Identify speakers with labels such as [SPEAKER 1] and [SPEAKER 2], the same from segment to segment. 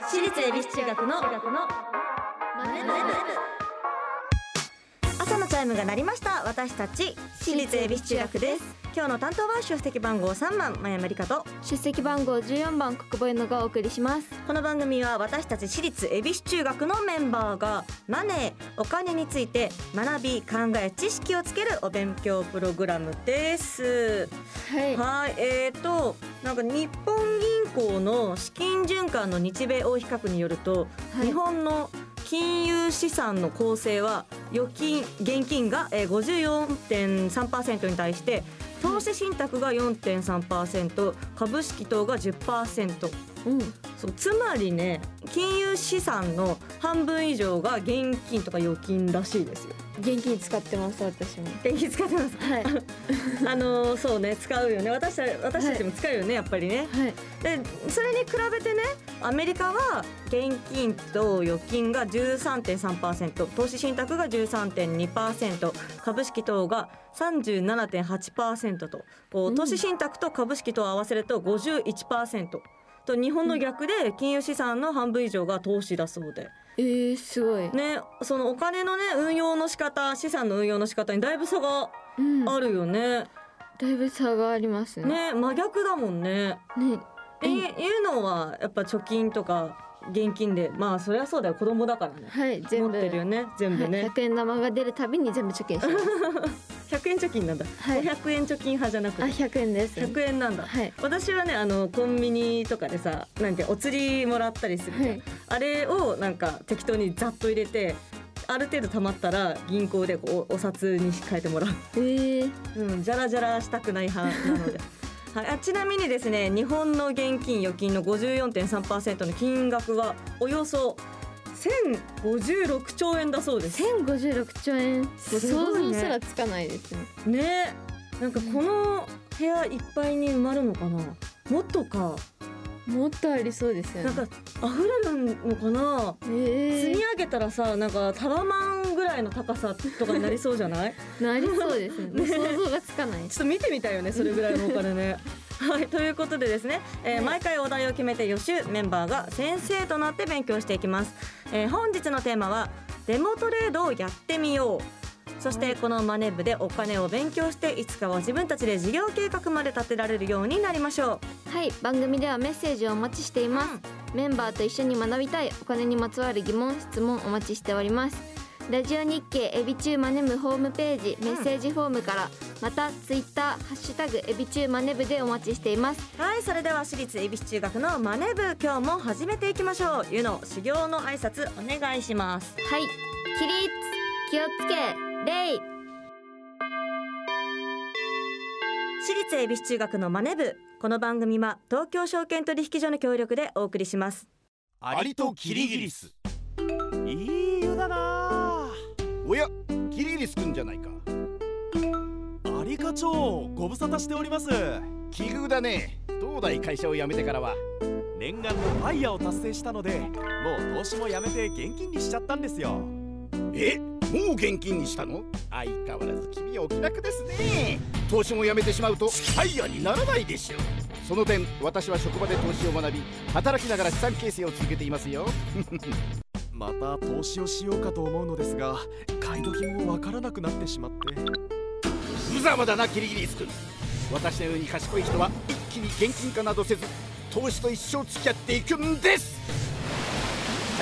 [SPEAKER 1] 私立恵比寿中学の朝のチャイムが鳴りました私たち私立恵比寿中学です今日の担当は出席番号3番前山理香と
[SPEAKER 2] 出席番号14番国母のがお送りします
[SPEAKER 1] この番組は私たち私立恵比寿中学のメンバーがマネーお金について学び考え知識をつけるお勉強プログラムです
[SPEAKER 2] はい
[SPEAKER 1] はい、えーとなんか日本銀行の資金循環の日米欧比較によると、
[SPEAKER 2] はい
[SPEAKER 1] 日本の金融資産の構成は預金現金がえー54.3%に対して投資信託が4.3%株式等が10%
[SPEAKER 2] うん
[SPEAKER 1] そうつまりね金融資産の半分以上が現金とか預金らしいですよ。
[SPEAKER 2] 現金使ってます私も
[SPEAKER 1] 電気使ってます
[SPEAKER 2] はいはい
[SPEAKER 1] あのーそうね使うよね私た私たちも使うよね、やっぱりね。でそれに比べてねアメリカは現金と預金が13.3%投資信託が13.2%株式等が37.8%とこ
[SPEAKER 2] う
[SPEAKER 1] うん投資信託と株式と合わせると51%。と日本の逆で金融資産の半分以上が投資だそうで、
[SPEAKER 2] えー、すごい、
[SPEAKER 1] ね、そのお金のね運用の仕方資産の運用の仕方にだいぶ差が
[SPEAKER 2] うんだ
[SPEAKER 1] あるよね、
[SPEAKER 2] いぶ差がありますね
[SPEAKER 1] ね真逆だもんね
[SPEAKER 2] ね
[SPEAKER 1] っていうのはやっぱ貯金とか現金でまあそりゃそうだよ子供だからね
[SPEAKER 2] はい全
[SPEAKER 1] 持
[SPEAKER 2] 部
[SPEAKER 1] ってるよね全部
[SPEAKER 2] は
[SPEAKER 1] ね
[SPEAKER 2] い、100円玉が出るたびに全部貯金します
[SPEAKER 1] 100円貯金なんだ、
[SPEAKER 2] はい
[SPEAKER 1] 500円貯金派じゃなく
[SPEAKER 2] あ
[SPEAKER 1] て
[SPEAKER 2] 100円です
[SPEAKER 1] 100円なんだ、
[SPEAKER 2] はい
[SPEAKER 1] 私はねあのコンビニとかでさなんてお釣りもらったりするじゃん、
[SPEAKER 2] はい
[SPEAKER 1] あれをなんか適当にざっと入れてある程度貯まったら銀行でこうお札に変えてもらう
[SPEAKER 2] えー、
[SPEAKER 1] うん、じゃらじゃらしたくない派なので。はい、あちなみにですね日本の現金預金の54.3%の金額はおよそ1056兆円だそうです
[SPEAKER 2] 1056兆円もう想
[SPEAKER 1] すごいね
[SPEAKER 2] 像すらつかないですね
[SPEAKER 1] ねなんかこの部屋いっぱいに埋まるのかなもっとか
[SPEAKER 2] もっとありそうですよね
[SPEAKER 1] なんか溢れるのかな
[SPEAKER 2] えー、
[SPEAKER 1] 積み上げたらさなんかタワマンぐらいの高さとかになりそうじゃない
[SPEAKER 2] なりそうです ね。もう想像がつかない。
[SPEAKER 1] ちょっと見てみたいよ ねそれぐらいのお金ね。はいということでですね、えー
[SPEAKER 2] はい
[SPEAKER 1] 毎回お題を決めて予習メンバーが先生となって勉強していきます、えー本日のテーマはデモトレードをやってみようそし
[SPEAKER 2] は
[SPEAKER 1] て
[SPEAKER 2] い
[SPEAKER 1] このマネ部でお金を勉強していつかは自分たちで事業計画まで立てられるようになりましょう
[SPEAKER 2] はい、番組ではメッセージをお待ちしています。メンバーと一緒に学びたいお金にまつわる疑問、質問お待ちしております。ラジオ日経エビチューマネムホームページメッセージフォームから、またツイッターハッシュタグエビチューマネブでお待ちしています。
[SPEAKER 1] はいそれでは私立恵比寿中学のマネ部今日も始めていきましょうゆの修行の挨拶お願いします
[SPEAKER 2] はい、起立、気をつけ、礼。
[SPEAKER 1] 私立恵比寿中学のマネ部この番組は東京証券取引所の協力でお送りします
[SPEAKER 3] アリとキリギリスいい湯だな
[SPEAKER 4] おやキリギリスくんじゃないか
[SPEAKER 3] アリ課長ご無沙汰しております
[SPEAKER 4] 奇遇だね東大会社を辞めてからは
[SPEAKER 3] 念願のファイヤーを達成したのでもう投資もやめて現金にしちゃったんですよ
[SPEAKER 4] えもう現金にしたの相変わらず君はお気楽ですね投資も辞めてしまうとファイヤーにならないでしょうその点私は職場で投資を学び働きながら資産形成を続けていますよ
[SPEAKER 3] また投資をしようかと思うのですが買い時もわからなくなってしまって
[SPEAKER 4] 無様だなキリギリスくん私のように賢い人は一気に現金化などせず投資と一生付き合っていくんです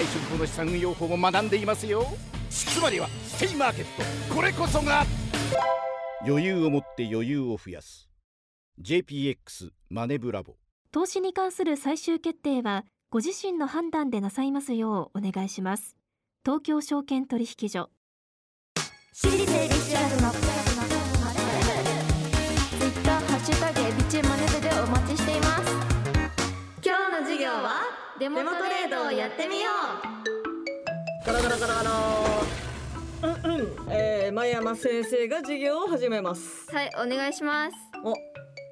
[SPEAKER 4] 退職後の資産運用法も学んでいますよつまりはステイマーケットこれこそが余裕を持って余裕を増やす JPX マネブラボ
[SPEAKER 5] 投資に関する最終決定はご自身の判断でなさいますようお願いします東京証券取引所
[SPEAKER 2] 私立エビチューマネブツイッターハッシュタグエビチューマネブでお待ちしています
[SPEAKER 1] 今日の授業は
[SPEAKER 2] デモトレードをやってみよ
[SPEAKER 1] ガラガラガラガラうんうん、えー、前山先生が授業を始めます
[SPEAKER 2] うはいお願いします
[SPEAKER 1] お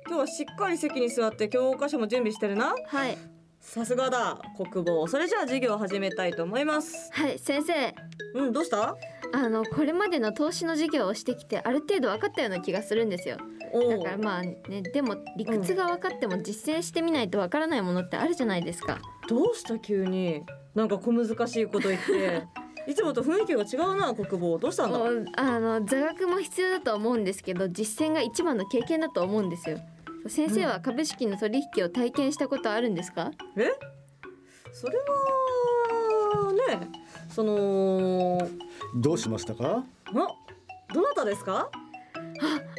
[SPEAKER 1] 今日はしっかり席に座って教科書も準備してるな
[SPEAKER 2] はい
[SPEAKER 1] さすがだ国防それじゃあ授業を始めたいと思います
[SPEAKER 2] はい先生
[SPEAKER 1] うんどうした
[SPEAKER 2] あのこれまでの投資の授業をしてきてある程度分かったような気がするんですよ
[SPEAKER 1] お
[SPEAKER 2] だ
[SPEAKER 1] う
[SPEAKER 2] からまあねでも理屈が分かっても実践してみないと分からないものってあるじゃないですか
[SPEAKER 1] どうした急になんか小難しいこと 言っていつもと雰囲気が違うな国防どうしたんだ
[SPEAKER 2] もうあの座学も必要だと思うんですけど実践が一番の経験だと思うんですよ先生は株式の取引を体験したことあるんですか、
[SPEAKER 1] えそれはねその
[SPEAKER 6] どうしましたか
[SPEAKER 1] あどなたですか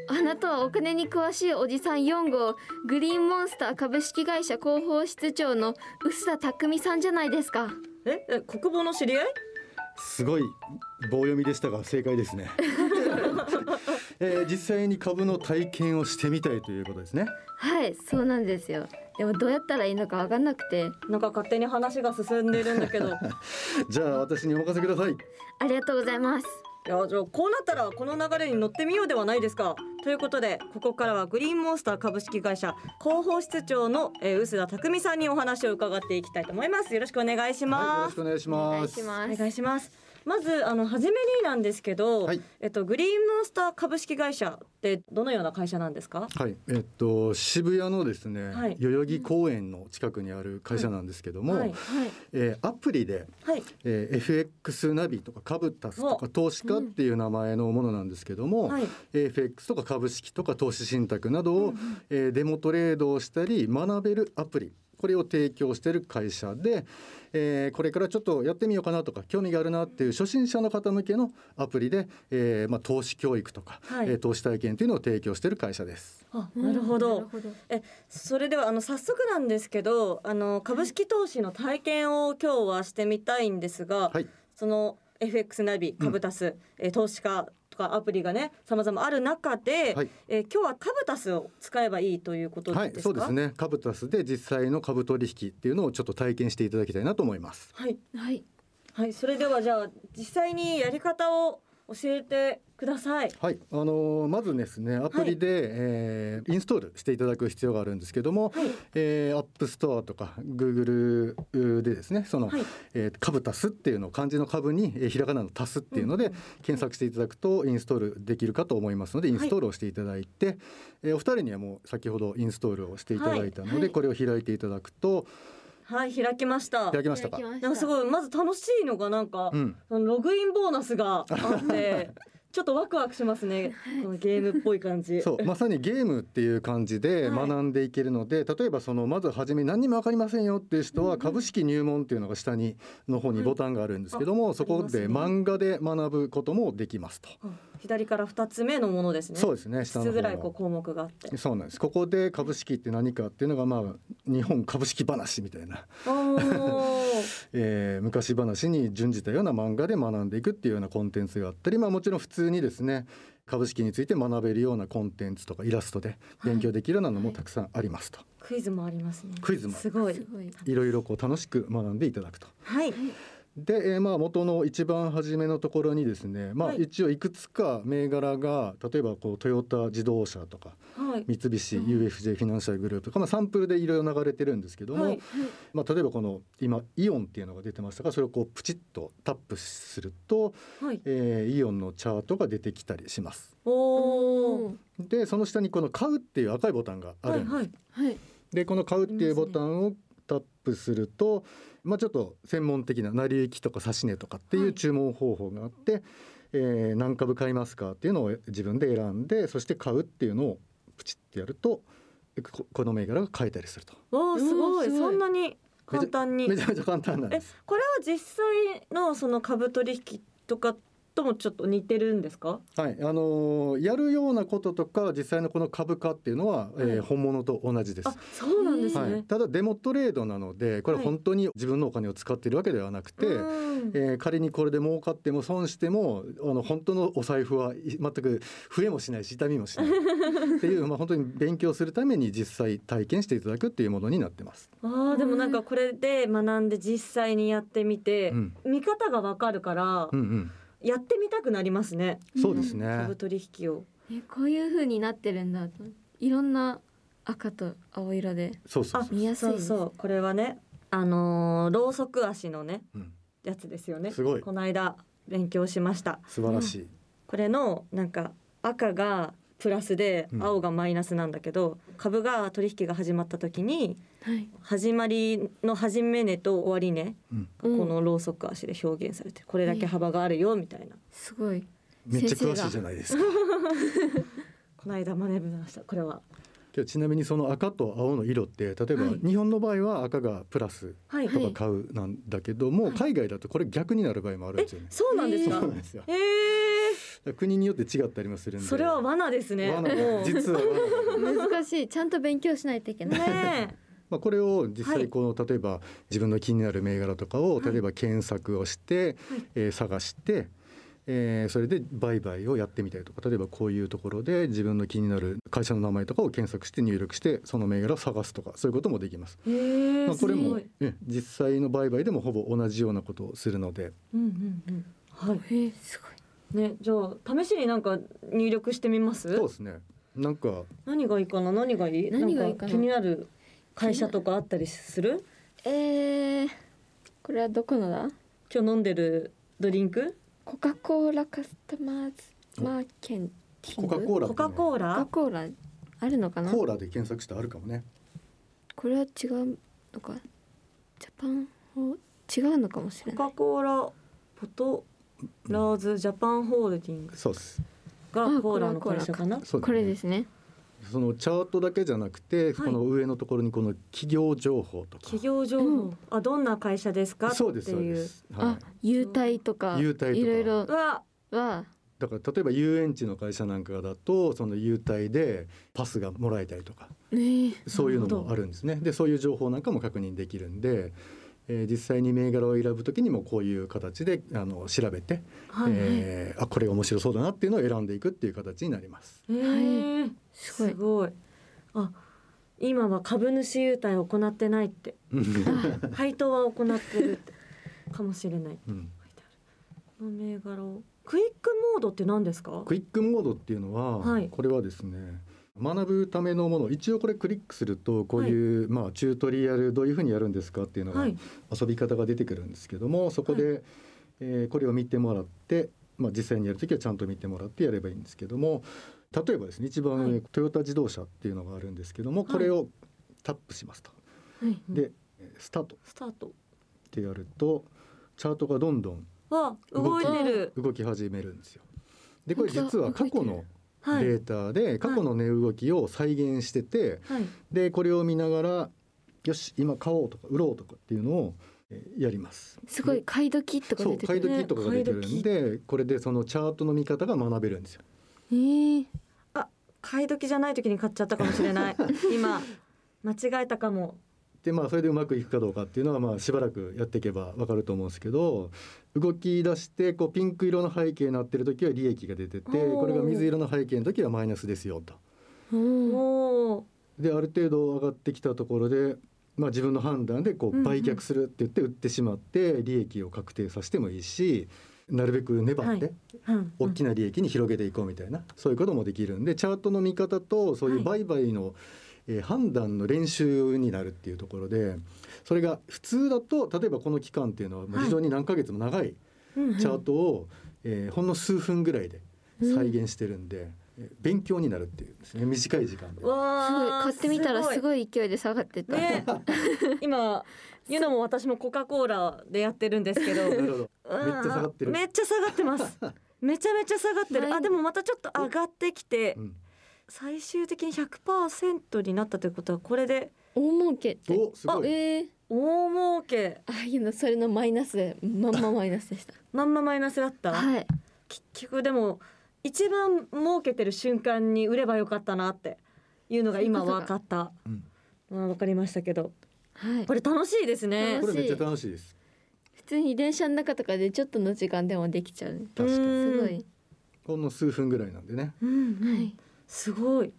[SPEAKER 2] あなたはお金に詳しいおじさん4号グリーンモンスター株式会社広報室長の臼田匠さんじゃないですか
[SPEAKER 1] ええ国防の知り合い
[SPEAKER 6] すごい棒読みでしたが正解で すね、えー実際に株の体験をしてみたいということですね
[SPEAKER 2] はいそうなんですよでもどうやったらいいのか分かんなくて
[SPEAKER 1] なんか勝手に話が進んでるんだけ どいや
[SPEAKER 6] じゃあ私にお任せください
[SPEAKER 2] ありがとうございます
[SPEAKER 1] じゃあこうなったらこの流れに乗ってみようではないですかということでここからはグリーンモンスター株式会社広報室長の、えー、臼田匠さんにお話を伺っていきたいと思いますよろしくお願いし
[SPEAKER 6] はい、よ
[SPEAKER 1] ま
[SPEAKER 6] ろ
[SPEAKER 1] す
[SPEAKER 6] しくお願いし
[SPEAKER 2] お願
[SPEAKER 6] ま
[SPEAKER 2] いし
[SPEAKER 6] す
[SPEAKER 2] ま
[SPEAKER 1] お
[SPEAKER 2] す
[SPEAKER 1] 願いします。まずあの初めになんですけど、
[SPEAKER 6] はい
[SPEAKER 1] えっとグリーンモンスター株式会社ってどのような会社なんですか？
[SPEAKER 6] はい、えっと渋谷のですね、
[SPEAKER 1] はい
[SPEAKER 6] 代々木公園の近くにある会社なんですけども、
[SPEAKER 1] はいはい
[SPEAKER 6] えーアプリで、
[SPEAKER 1] はい
[SPEAKER 6] えー FX ナビとかカブタスとか投資家っていう名前のものなんですけども、
[SPEAKER 1] はい
[SPEAKER 6] FX とか株式とか投資信託などを、えーデモトレードをしたり学べるアプリこれを提供している会社で、えーこれからちょっとやってみようかなとか興味があるなっていう初心者の方向けのアプリで、えーまあ、投資教育とか、
[SPEAKER 1] はい
[SPEAKER 6] えー投資体験というのを提供している会社です。
[SPEAKER 1] あなるほど。
[SPEAKER 2] うんなるほど
[SPEAKER 1] えそれではあの早速なんですけどあの株式投資の体験を今日はしてみたいんですが、
[SPEAKER 6] はい
[SPEAKER 1] その FX ナビ、カブタス、えー投資家とかアプリがね様々ある中で、
[SPEAKER 6] はい
[SPEAKER 1] えー今日はカブタスを使えばいいということですか？
[SPEAKER 6] はい、そうです。ね。カブタスで実際の株取引っていうのをちょっと体験していただきたいなと思います。
[SPEAKER 1] はい
[SPEAKER 2] はい
[SPEAKER 1] はい、それではじゃあ実際にやり方を教えてください。
[SPEAKER 6] はい、あのーまずですね、アプリで、えーインストールしていただく必要があるんですけども、えー、App Store とか Google でですね、その、
[SPEAKER 1] はい
[SPEAKER 6] えー、株タスっていうのを漢字の株に、えーひらがなのタスっていうので検索していただくとインストールできるかと思いますので、インストールをしていただいて、えーお二人にはもう先ほどインストールをしていただいたので、
[SPEAKER 2] はいはい
[SPEAKER 6] これを開いていただくと
[SPEAKER 1] はい、開きました。
[SPEAKER 6] 開きましたか
[SPEAKER 2] いただき。まし
[SPEAKER 1] なんかすごいまず楽しいのがなんか、
[SPEAKER 6] うん、
[SPEAKER 1] そのログインボーナスがあ って、ちょっとワクワクしますね。このゲームっぽい感じ。
[SPEAKER 6] そうまさにゲームっていう感じで
[SPEAKER 1] はい
[SPEAKER 6] 学んでいけるので、例えばそのまず初め何にも分かりませんよっていう人は株式入門っていうのが下にの方にボタンがあるんですけども、
[SPEAKER 1] あ
[SPEAKER 6] そこ
[SPEAKER 1] あ
[SPEAKER 6] で
[SPEAKER 1] りますね
[SPEAKER 6] 漫画で学ぶこともできますと。
[SPEAKER 1] うん左から二つ目のものですね。
[SPEAKER 6] そうですね下
[SPEAKER 1] 5
[SPEAKER 6] の
[SPEAKER 1] つ
[SPEAKER 6] 方
[SPEAKER 1] ぐらいこう
[SPEAKER 6] の
[SPEAKER 1] 項目があって。
[SPEAKER 6] そうなんですここで株式って何かっていうのがまあ日本株式話みたいな、
[SPEAKER 1] おー
[SPEAKER 6] えー昔話に準じたような漫画で学んでいくっていうようなコンテンツがあったり、まあ、もちろん普通にですね株式について学べるようなコンテンツとかイラストで勉強できるようなのもたくさんありますと。
[SPEAKER 1] クイズもありますね。
[SPEAKER 6] クイズもある
[SPEAKER 1] すご
[SPEAKER 2] す
[SPEAKER 1] い。
[SPEAKER 2] ごい
[SPEAKER 6] いろいろこう楽しく学んでいただくと。
[SPEAKER 1] はい。
[SPEAKER 6] で、えーまあ元の一番初めのところにですね、まあ
[SPEAKER 1] はい
[SPEAKER 6] 一応いくつか銘柄が例えばこうトヨタ自動車とか
[SPEAKER 1] はい。
[SPEAKER 6] 三菱 UFJ フィナンシャルグループとか、まあ、サンプルでいろいろ流れてるんですけども、
[SPEAKER 1] はい
[SPEAKER 6] まあ例えばこの今イオンっていうのが出てましたがそれをこうプチッとタップすると、
[SPEAKER 1] はい。
[SPEAKER 6] えーイオンのチャートが出てきたりします。
[SPEAKER 1] おお。
[SPEAKER 6] でその下にこの「買う」っていう赤いボタンがあ
[SPEAKER 1] は
[SPEAKER 6] るん
[SPEAKER 1] い
[SPEAKER 6] です
[SPEAKER 1] はい。
[SPEAKER 2] はい
[SPEAKER 6] でこの「買う」っていうボタンをタップするとま、あ、ちょっと専門的な成り行きとか指し値とかってい
[SPEAKER 1] は
[SPEAKER 6] う
[SPEAKER 1] い
[SPEAKER 6] 注文方法があって、えー何株買いますかっていうのを自分で選んでそして「買う」っていうのをプチってやるとここの銘柄が買えたりすると
[SPEAKER 1] おおすごい。
[SPEAKER 2] うんすご
[SPEAKER 1] そ
[SPEAKER 2] い
[SPEAKER 1] んなに簡単に
[SPEAKER 6] め。ちゃめちゃ簡単なん
[SPEAKER 1] え
[SPEAKER 6] です。
[SPEAKER 1] これは実際のその株取引とかともちょっと似てるんですか
[SPEAKER 6] はいあのーやるようなこととか実際のこの株価っていうのは、えー
[SPEAKER 1] はい
[SPEAKER 6] 本物と同じです
[SPEAKER 1] あ。そうなんです
[SPEAKER 6] はい、
[SPEAKER 1] ね、
[SPEAKER 6] ただデモトレードなのでこれは
[SPEAKER 1] はい
[SPEAKER 6] 本当に自分のお金を使っているわけではなくて、
[SPEAKER 1] うん
[SPEAKER 6] えー仮にこれで儲かっても損してもあの本当のお財布はい全く増えもしないし痛みもしないっていう、まあ、本当に勉強するために実際体験していただくっていうものになってます。
[SPEAKER 1] あーでもなんかこれで学んで実際にやってみて、
[SPEAKER 6] うん
[SPEAKER 1] 見方がわかるから、
[SPEAKER 6] うん
[SPEAKER 1] やってみたくなりますね
[SPEAKER 6] うん、そうですね
[SPEAKER 1] 株取引を
[SPEAKER 2] えこういう風になってるんだといろんな赤と青色で
[SPEAKER 6] そうそうそう、
[SPEAKER 2] 見やすい
[SPEAKER 1] そう
[SPEAKER 2] です
[SPEAKER 1] そうこれはねあのー、ロウソク足のね
[SPEAKER 6] うん、
[SPEAKER 1] やつですよね
[SPEAKER 6] すごい
[SPEAKER 1] この間勉強しました
[SPEAKER 6] 素晴らしい、
[SPEAKER 1] これのなんか赤がプラスで
[SPEAKER 6] うん
[SPEAKER 1] 青がマイナスなんだけど、株が取引が始まった時に
[SPEAKER 2] はい、
[SPEAKER 1] 始まりの始め値と終わり値
[SPEAKER 6] うん
[SPEAKER 1] がこのローソク足で表現されてこれだけ幅があるよみたいな。
[SPEAKER 2] すごい
[SPEAKER 6] めっちゃ
[SPEAKER 2] 先生
[SPEAKER 6] 詳
[SPEAKER 2] が
[SPEAKER 6] しいじゃないですか。
[SPEAKER 1] この間学びましたこれは。
[SPEAKER 6] 今日ちなみにその赤と青の色って例えば
[SPEAKER 1] はい
[SPEAKER 6] 日本の場合は赤がプラス
[SPEAKER 1] はい。
[SPEAKER 6] とか買うなんだけども、海外だとこれ逆になる場合もあるんですよね。
[SPEAKER 1] そうなんです
[SPEAKER 6] そ
[SPEAKER 1] か
[SPEAKER 6] う。なんですよ。だ
[SPEAKER 1] え
[SPEAKER 6] から国によって違ったりもする
[SPEAKER 1] え
[SPEAKER 6] んで。
[SPEAKER 1] それは罠ですね。
[SPEAKER 6] 罠
[SPEAKER 1] もうね
[SPEAKER 6] 実は罠
[SPEAKER 2] 難しいちゃんと勉強しないといけない、
[SPEAKER 1] え。
[SPEAKER 6] まあこれを実
[SPEAKER 1] は
[SPEAKER 6] 際
[SPEAKER 1] い
[SPEAKER 6] この例えば自分の気になる銘柄とかを
[SPEAKER 1] はい
[SPEAKER 6] 例えば検索をして、えー探して。えーそれで売買をやってみたりとか例えばこういうところで自分の気になる会社の名前とかを検索して入力してその銘柄を探すとかそういうこともできます。
[SPEAKER 1] ええ
[SPEAKER 6] まあ、これ
[SPEAKER 1] す
[SPEAKER 6] も
[SPEAKER 1] ごい
[SPEAKER 6] ええ実際の売買でもほぼ同じようなことをするので
[SPEAKER 1] うんうんうん。はい。
[SPEAKER 2] えーすごい
[SPEAKER 1] ね、じゃあ試しになんか入力してみます。
[SPEAKER 6] そうですねなんか
[SPEAKER 1] 何がいいかな、何がいい。
[SPEAKER 2] 何がいいかなん
[SPEAKER 1] 気になる会社とかあったりする。
[SPEAKER 2] えー、これはどこのだ
[SPEAKER 1] 今日飲んでるドリンク。
[SPEAKER 2] コカ・コーラカスタマーズマーケンティン
[SPEAKER 6] コ
[SPEAKER 2] グ
[SPEAKER 6] カ・コーラ
[SPEAKER 1] コカコー
[SPEAKER 2] コカ
[SPEAKER 1] ラ。
[SPEAKER 2] コーラあるのかな
[SPEAKER 6] コーラで検索したらあるかもね
[SPEAKER 2] これは違うのかジャパンホ違うのかもしれ
[SPEAKER 1] コ
[SPEAKER 2] ない
[SPEAKER 1] カコーラ。ポト。ラーズジャパンホールディングス
[SPEAKER 6] そうです
[SPEAKER 1] が
[SPEAKER 2] あ
[SPEAKER 1] コーラの
[SPEAKER 2] コーラ
[SPEAKER 1] 会社かな。
[SPEAKER 6] そうだ
[SPEAKER 2] こ
[SPEAKER 6] ね
[SPEAKER 2] れですね
[SPEAKER 6] そのチャートだけじゃなくて、
[SPEAKER 1] はい
[SPEAKER 6] この上のところにこの企業情報とか
[SPEAKER 1] 企業情報、
[SPEAKER 2] うん
[SPEAKER 1] あ、どんな会社ですかって
[SPEAKER 6] そうですそう
[SPEAKER 1] い
[SPEAKER 6] で
[SPEAKER 1] う。
[SPEAKER 6] す、
[SPEAKER 2] あ
[SPEAKER 6] は、
[SPEAKER 2] 優待とか
[SPEAKER 6] 優待とか
[SPEAKER 2] いろいろ
[SPEAKER 1] うわ、
[SPEAKER 2] は、
[SPEAKER 6] い、だから例えば遊園地の会社なんかだとその優待でパスがもらえたりとか
[SPEAKER 2] ねえ
[SPEAKER 6] そういうの
[SPEAKER 1] なるほ
[SPEAKER 6] も
[SPEAKER 1] ど
[SPEAKER 6] あるんですねでそういう情報なんかも確認できるんで、えー実際に銘柄を選ぶときにもこういう形であの調べて
[SPEAKER 1] はい。
[SPEAKER 6] えーあこれが面白そうだなっていうのを選んでいくっていう形になります。
[SPEAKER 1] えー
[SPEAKER 2] すごい
[SPEAKER 1] すごい。あ、今は株主優待を行ってない って、
[SPEAKER 2] あ
[SPEAKER 1] 配当は行ってるってかもしれない。
[SPEAKER 6] うん
[SPEAKER 1] 書いてあるこの銘柄を。クイックモードって何ですか？
[SPEAKER 6] クイックモードっていうのは、
[SPEAKER 1] はい
[SPEAKER 6] これはですね学ぶためのもの一応これクリックするとこういう、まあ、チュートリアルどういうふうにやるんですかっていうのが、
[SPEAKER 1] はい。
[SPEAKER 6] 遊び方が出てくるんですけどもそこで、えーこれを見てもらって、まあ、実際にやるときはちゃんと見てもらってやればいいんですけども例えばですね一番上、
[SPEAKER 1] はい
[SPEAKER 6] トヨタ自動車っていうのがあるんですけどもこれをタップしますと。
[SPEAKER 1] はい。
[SPEAKER 6] でスタートっ
[SPEAKER 1] スタート。
[SPEAKER 6] てやるとチャートがどんどん
[SPEAKER 1] あ、動いてる。
[SPEAKER 6] 動き始めるんですよ。でこれ
[SPEAKER 2] 本当だ
[SPEAKER 6] 実は過去の
[SPEAKER 1] はい。
[SPEAKER 6] データで過去の値動きを再現してて、
[SPEAKER 1] はい。
[SPEAKER 6] でこれを見ながらよし今買おうとか売ろうとかっていうのをえーやります。
[SPEAKER 2] すごい買い時とか
[SPEAKER 6] そ
[SPEAKER 2] 出
[SPEAKER 6] う
[SPEAKER 2] て
[SPEAKER 6] 買
[SPEAKER 2] くる、
[SPEAKER 6] い
[SPEAKER 1] ね
[SPEAKER 6] 時とかが出てるんでこれでそのチャートの見方が学べるんですよ。
[SPEAKER 2] えー、
[SPEAKER 1] 買い時じゃない時に買っちゃったかもしれ ない。今間違えたかも。
[SPEAKER 6] でまあそれでうまくいくかどうかっていうのはまあしばらくやっていけばわかると思うんですけど動き出してこうピンク色の背景になってる時は利益が出て
[SPEAKER 1] お
[SPEAKER 6] て
[SPEAKER 1] ー
[SPEAKER 6] これが水色の背景の時はマイナスですよと。
[SPEAKER 2] うん
[SPEAKER 1] おお。
[SPEAKER 6] である程度上がってきたところで、まあ、自分の判断でこ
[SPEAKER 1] うんう
[SPEAKER 6] うん売却するって言って売ってしまって利益を確定させてもいいしなるべく粘っ
[SPEAKER 1] は
[SPEAKER 6] て
[SPEAKER 1] うん
[SPEAKER 6] 大きな利益に広げていこうみたいなそういうこともできるんでチャートの見方とそういう
[SPEAKER 1] は
[SPEAKER 6] 売買の、えー判断の練習になるっていうところでそれが普通だと例えばこの期間っていうのはもう非常に何ヶ月も長い
[SPEAKER 1] うんうん
[SPEAKER 6] チャートを、えーほんの数分ぐらいで再現してるんで、えー勉強になるっていうんですね短い時間で。
[SPEAKER 2] すごい
[SPEAKER 1] わあ。
[SPEAKER 2] 買ってみたらす
[SPEAKER 1] い。
[SPEAKER 2] ごい勢いで下がってった、
[SPEAKER 1] ね、 今ユノも私もコカコーラでやってるんですけど。
[SPEAKER 6] なるほど
[SPEAKER 1] うん
[SPEAKER 6] めっちゃ下がってる
[SPEAKER 1] めっちゃ下がって ます。めちゃめちゃ下がってる。
[SPEAKER 2] 毎
[SPEAKER 1] あ、でもまたちょっと上がってきて
[SPEAKER 6] う、ん
[SPEAKER 1] 最終的に100%になったということは、これで
[SPEAKER 2] 大儲けって
[SPEAKER 6] おすごい
[SPEAKER 2] えー、
[SPEAKER 1] 大儲け、
[SPEAKER 2] あいやのそれのマイナスでまんまマイナスでした
[SPEAKER 1] まんまマイナスだった。
[SPEAKER 2] はい
[SPEAKER 1] 結局でも、一番儲けてる瞬間に売ればよかったなっていうのが今
[SPEAKER 2] そういうことか
[SPEAKER 1] 分かった。
[SPEAKER 6] うん
[SPEAKER 1] まあ、分かりましたけど、
[SPEAKER 2] はい
[SPEAKER 1] これ楽しいですね
[SPEAKER 6] こ。れめっちゃ楽しいです。
[SPEAKER 2] 普通に電車の中とかでちょっとの時間でもできちゃうね
[SPEAKER 6] 確かに。
[SPEAKER 2] すご
[SPEAKER 1] うん
[SPEAKER 2] い、
[SPEAKER 6] ほんの数分ぐらいなんでね。
[SPEAKER 1] うんうん
[SPEAKER 2] はい
[SPEAKER 1] すごい。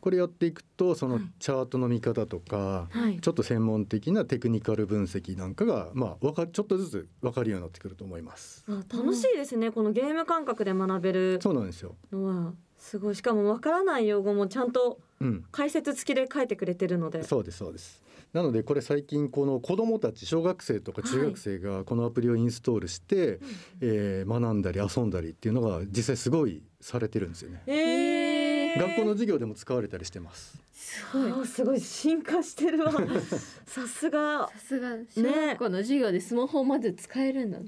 [SPEAKER 6] これやっていくとそ
[SPEAKER 1] は
[SPEAKER 6] の
[SPEAKER 1] い
[SPEAKER 6] チャートの見方とか、
[SPEAKER 1] はい
[SPEAKER 6] ちょっと専門的なテクニカル分析なんかがまあわかちょっとずつわかるようになってくると思います。
[SPEAKER 1] あ楽しいですね、このゲーム感覚で学べる
[SPEAKER 6] そうなんですよ。
[SPEAKER 1] のはすごいしかもわからない用語もちゃんと
[SPEAKER 6] うん。
[SPEAKER 1] 解説付きで書いてくれてるので
[SPEAKER 6] そうですそうです。なのでこれ最近この子どもたち小学生とか中学生がこのアプリをインストールして、えー学んだり遊んだりっていうのが実際すごいされてるんですよね。
[SPEAKER 1] ええへー
[SPEAKER 6] 学校の授業でも使われたりしてます。
[SPEAKER 2] すごい
[SPEAKER 1] あーすごい進化して るわさすが
[SPEAKER 2] さすが小学校の授業でスマホをまず使えるんだ、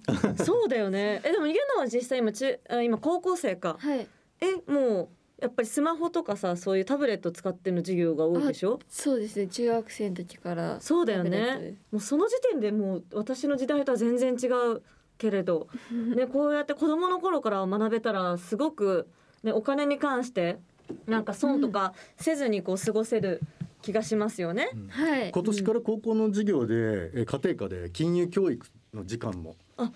[SPEAKER 1] そうだよ ねえでもゆなは実際今中あ今高校生か
[SPEAKER 2] はい
[SPEAKER 1] えもうやっぱりスマホとかさそういうタブレット使っての授業が多いでしょ
[SPEAKER 2] そうですね中学生の時から
[SPEAKER 1] そうだよね
[SPEAKER 2] タブレットで
[SPEAKER 1] もうその時点でもう私の時代とは全然違うけれど、ね、こうやって子どもの頃から学べたらすごく、ね、お金に関してなんか損とかせずにこう過ごせる気がしますよね。
[SPEAKER 2] はい
[SPEAKER 6] 今年から高校の授業で、えー家庭科で金融教育の時間も始ま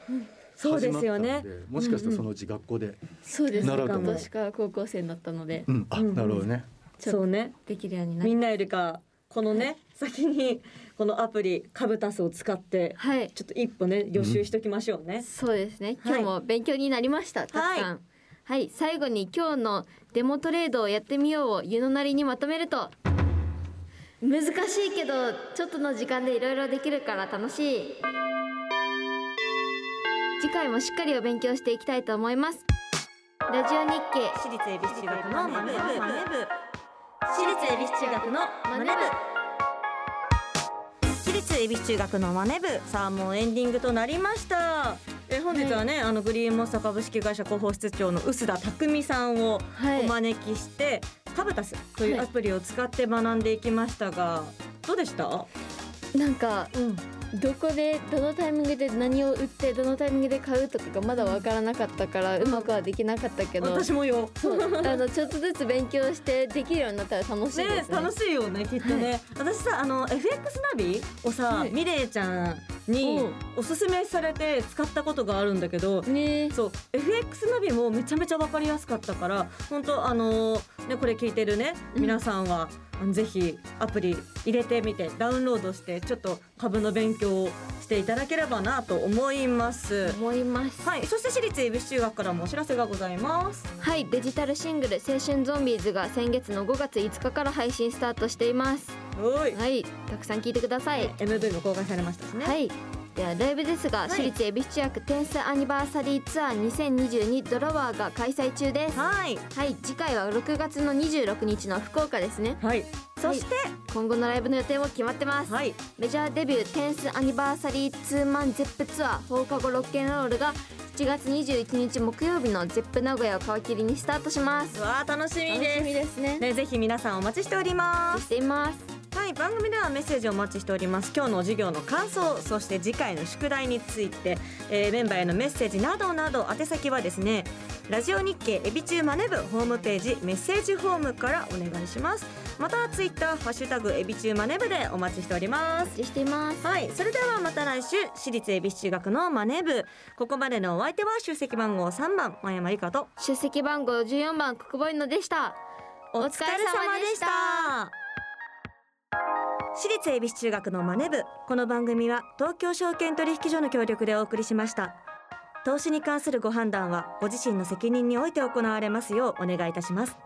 [SPEAKER 1] そう
[SPEAKER 6] った
[SPEAKER 1] で
[SPEAKER 6] の
[SPEAKER 1] す
[SPEAKER 6] で
[SPEAKER 1] よね。
[SPEAKER 6] もしかしたらそのうち学校で、
[SPEAKER 2] そうですね
[SPEAKER 6] 習うか
[SPEAKER 2] 今
[SPEAKER 6] も
[SPEAKER 2] 年から高校生になったので
[SPEAKER 6] うんあ、
[SPEAKER 1] うんうん
[SPEAKER 6] なるほどね
[SPEAKER 2] ちょっと
[SPEAKER 1] そうね
[SPEAKER 2] できるようになっ
[SPEAKER 1] みんなよりかこのね先にこのアプリカブタスを使って
[SPEAKER 2] はい
[SPEAKER 1] ちょっと一歩ね予習しときましょうね。
[SPEAKER 2] そうですね
[SPEAKER 1] は
[SPEAKER 2] 今
[SPEAKER 1] い
[SPEAKER 2] 日も勉強になりました、たくさんはい、最後に今日のデモトレードをやってみようを湯のなりにまとめると難しいけどちょっとの時間でいろいろできるから楽しい次回もしっかりお勉強していきたいと思いますラジオ日経
[SPEAKER 1] 私立恵比寿中学のマネブマネ部
[SPEAKER 2] 私立恵比寿中学のマネ部
[SPEAKER 1] 私立恵比寿中学のマネ部さあもうエンディングとなりましたえ本日はね、あのグリーンモンスター株式会社広報室長の臼田匠さんを
[SPEAKER 2] はい
[SPEAKER 1] お招きして、カブタスという
[SPEAKER 2] はい
[SPEAKER 1] アプリを使って学んでいきましたが、どうでした、
[SPEAKER 2] なんか
[SPEAKER 1] うん、
[SPEAKER 2] どこでどのタイミングで何を売ってどのタイミングで買うとかがまだ分からなかったからうまくはできなかったけど、
[SPEAKER 1] 私もよ
[SPEAKER 2] そうあのちょっとずつ勉強してできるようになったら楽しいです
[SPEAKER 1] ね
[SPEAKER 2] ね。
[SPEAKER 1] 楽しいよねきっとね、私さあの FX ナビをさ、
[SPEAKER 2] はい
[SPEAKER 1] ミレイちゃんにおすすめされて使ったことがあるんだけど、
[SPEAKER 2] ね
[SPEAKER 1] そう FX ナビもめちゃめちゃ分かりやすかったから本当あのーねこれ聞いてるね
[SPEAKER 2] うん
[SPEAKER 1] 皆さんは、あのぜひアプリ入れてみてダウンロードしてちょっと株の勉強をしていただければなと思います。
[SPEAKER 2] 思います。
[SPEAKER 1] はい、そして私立恵比寿中学からもお知らせがございます。
[SPEAKER 2] はい、デジタルシングル青春ゾンビーズが先月の5月5日から配信スタートしています。
[SPEAKER 1] はい、
[SPEAKER 2] はい、たくさん聞いてください。
[SPEAKER 1] MV も公開されましたしね。
[SPEAKER 2] はい。ではライブですが、
[SPEAKER 1] い
[SPEAKER 2] 私立恵比寿中学テンスアニバーサリーツアー2022ドラワーが開催中です。
[SPEAKER 1] はい、
[SPEAKER 2] はい、次回は6月の26日の福岡ですね。
[SPEAKER 1] はい、そして、
[SPEAKER 2] 今後のライブの予定も決まってます。
[SPEAKER 1] はい、
[SPEAKER 2] メジャーデビューテンスアニバーサリーツーマンゼップツアー放課後ロッケンロールが7月21日木曜日のゼップ名古屋を皮切りにスタートします
[SPEAKER 1] うわあ楽しみです。
[SPEAKER 2] ですね
[SPEAKER 1] ね、ぜひ皆さんお待ちしております。
[SPEAKER 2] しています
[SPEAKER 1] はい番組ではメッセージをお待ちしております今日の授業の感想そして次回の宿題について、えーメンバーへのメッセージなどなど宛先はですねラジオ日経エビチューマネブホームページメッセージフォームからお願いしますまたツイッターハッシュタグエビチューマネブでお待ちしておりま
[SPEAKER 2] お
[SPEAKER 1] す
[SPEAKER 2] 待ちしています
[SPEAKER 1] はいそれではまた来週私立恵比寿中学のマネブここまでのお相手は出席番号3番真山由香と
[SPEAKER 2] 出席番号14番国保井野でした
[SPEAKER 1] お疲れ様でした私立恵比寿中学のマネ部この番組は東京証券取引所の協力でお送りしました投資に関するご判断はご自身の責任において行われますようお願いいたします